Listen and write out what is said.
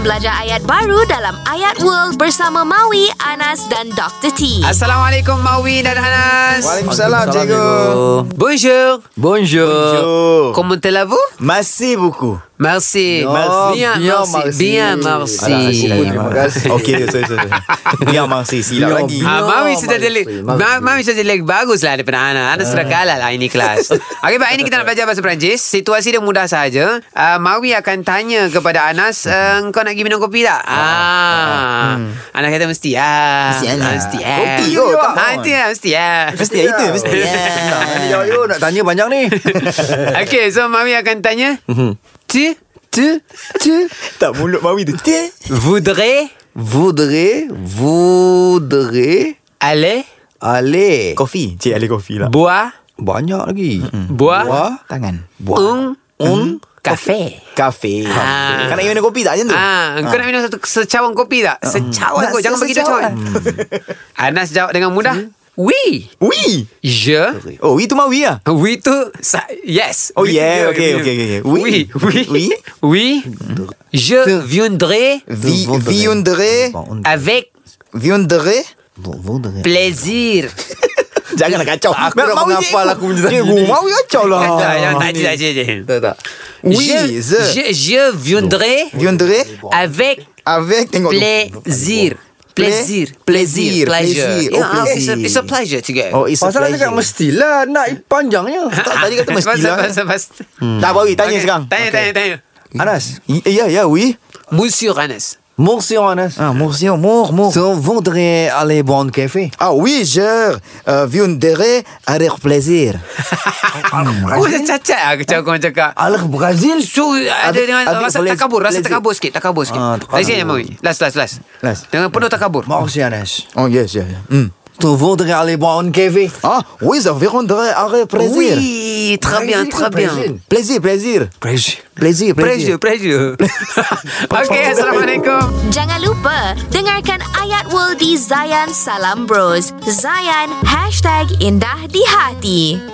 belajar ayat baru dalam Ayat World bersama Maui, Anas dan Dr. T. Assalamualaikum Mawi dan Hanas. Waalaikumsalam, cikgu. Bonjour. Bonjour. Bonjour. Comment allez-vous? Masih buku. Merci. Merci. Bien, Bien, merci. merci. Bien, merci. Alah, lah, Si. buku terima Terima kasih. Okey, sorry, sorry. Biar masih silap Biar lagi. masih. Ah, Ya, Mami sudah bagus, jelek bagus. Ma- Mami sudah jelek Baguslah daripada Ana Ana Ah. sudah kalah lah ini kelas Okey baik ini kita nak belajar bahasa Perancis Situasi dia mudah saja uh, Mawi akan tanya kepada Anas uh, Kau nak pergi minum kopi tak? ah, Ah, Anas kata mesti ah, Mesti, Anas. Ah, Mesti ah. hmm. lah. Kopi kot, come on. Ah, Nanti lah mesti ah. Mesti lah itu, mesti. Senang ni, jawab you. Nak tanya banyak ni. Okey so Mawi akan tanya Tu Tu Tu Tak mulut Mawi tu. Teh. Voudrais Voudrais, voudrais Aller aller Kopi. Cik Ali kopi lah. Boire banyak lagi. Boire Boire Tangan. Un un Café Kafe. Ah. Kan nak minum kopi tak macam tu? Ah, kau nak minum satu secawan kopi tak? Secawan Nak kot, jangan begitu coy. secawan. Mm. Anas jawab dengan mudah. Oui. Oui. Je. Oh, itu Mawi lah. Oui tu sa- yes. Oh, Oui, yeah, je- okay, je- okay, okay, okay. Oui. Oui. Oui. Oui. Oui. Je viendrai Vi- viendrai avec viendrai Voudrais. plaisir. Jangan nak kacau. Aku Ma- nak Mawi menghafal cikgu. aku punya tadi Cikgu, ni. Mawi kacau Ah, lah. Tak, jangan, tak, tak, tak, tak. Tak tak. Oui, Je, the. je, je viendrai viendrai avec avec tengok tu. plaisir. Plaisir. Plaisir, Plaisir. Pleasure. Ah, plaisir. Oh, Yeah, it's a- plaisir. It's a pleasure to go. Oh, it's a Pasal pleasure. cakap mestilah nak panjangnya. tak tadi kata mesti Pasal- lah Hmm. pasal- pasal- Tak, Mawi, tanya Okay, sekarang. Tanya, tanya, tanya. Anas, I- ya ya oui Monsieur Anas. monsieur Anas. ah monsieur mort mort So voudrais aller boire un café. ah oui je euh, viendrai avec plaisir Kau macam cacat lah Macam kau cakap Alah Brazil. So ada Adik- dengan adik rasa boleh- takabur Rasa boleh- takabur sikit Takabur sikit Ah, Dari sini Mawi Last last last Last. Dengan penuh takabur Merci Anas. oh yes yes yes. Hmm. Tu voudrais aller boire un café. ah oui je viendrai avec plaisir Oui Très bien Très Brazil ke bien Brazil? plaisir plaisir Brazil. plaisir Pressure Pressure Okay Assalamualaikum Jangan lupa, dengarkan Ayat World di Zayan Salam Bros. Zayan, hashtag indah di hati.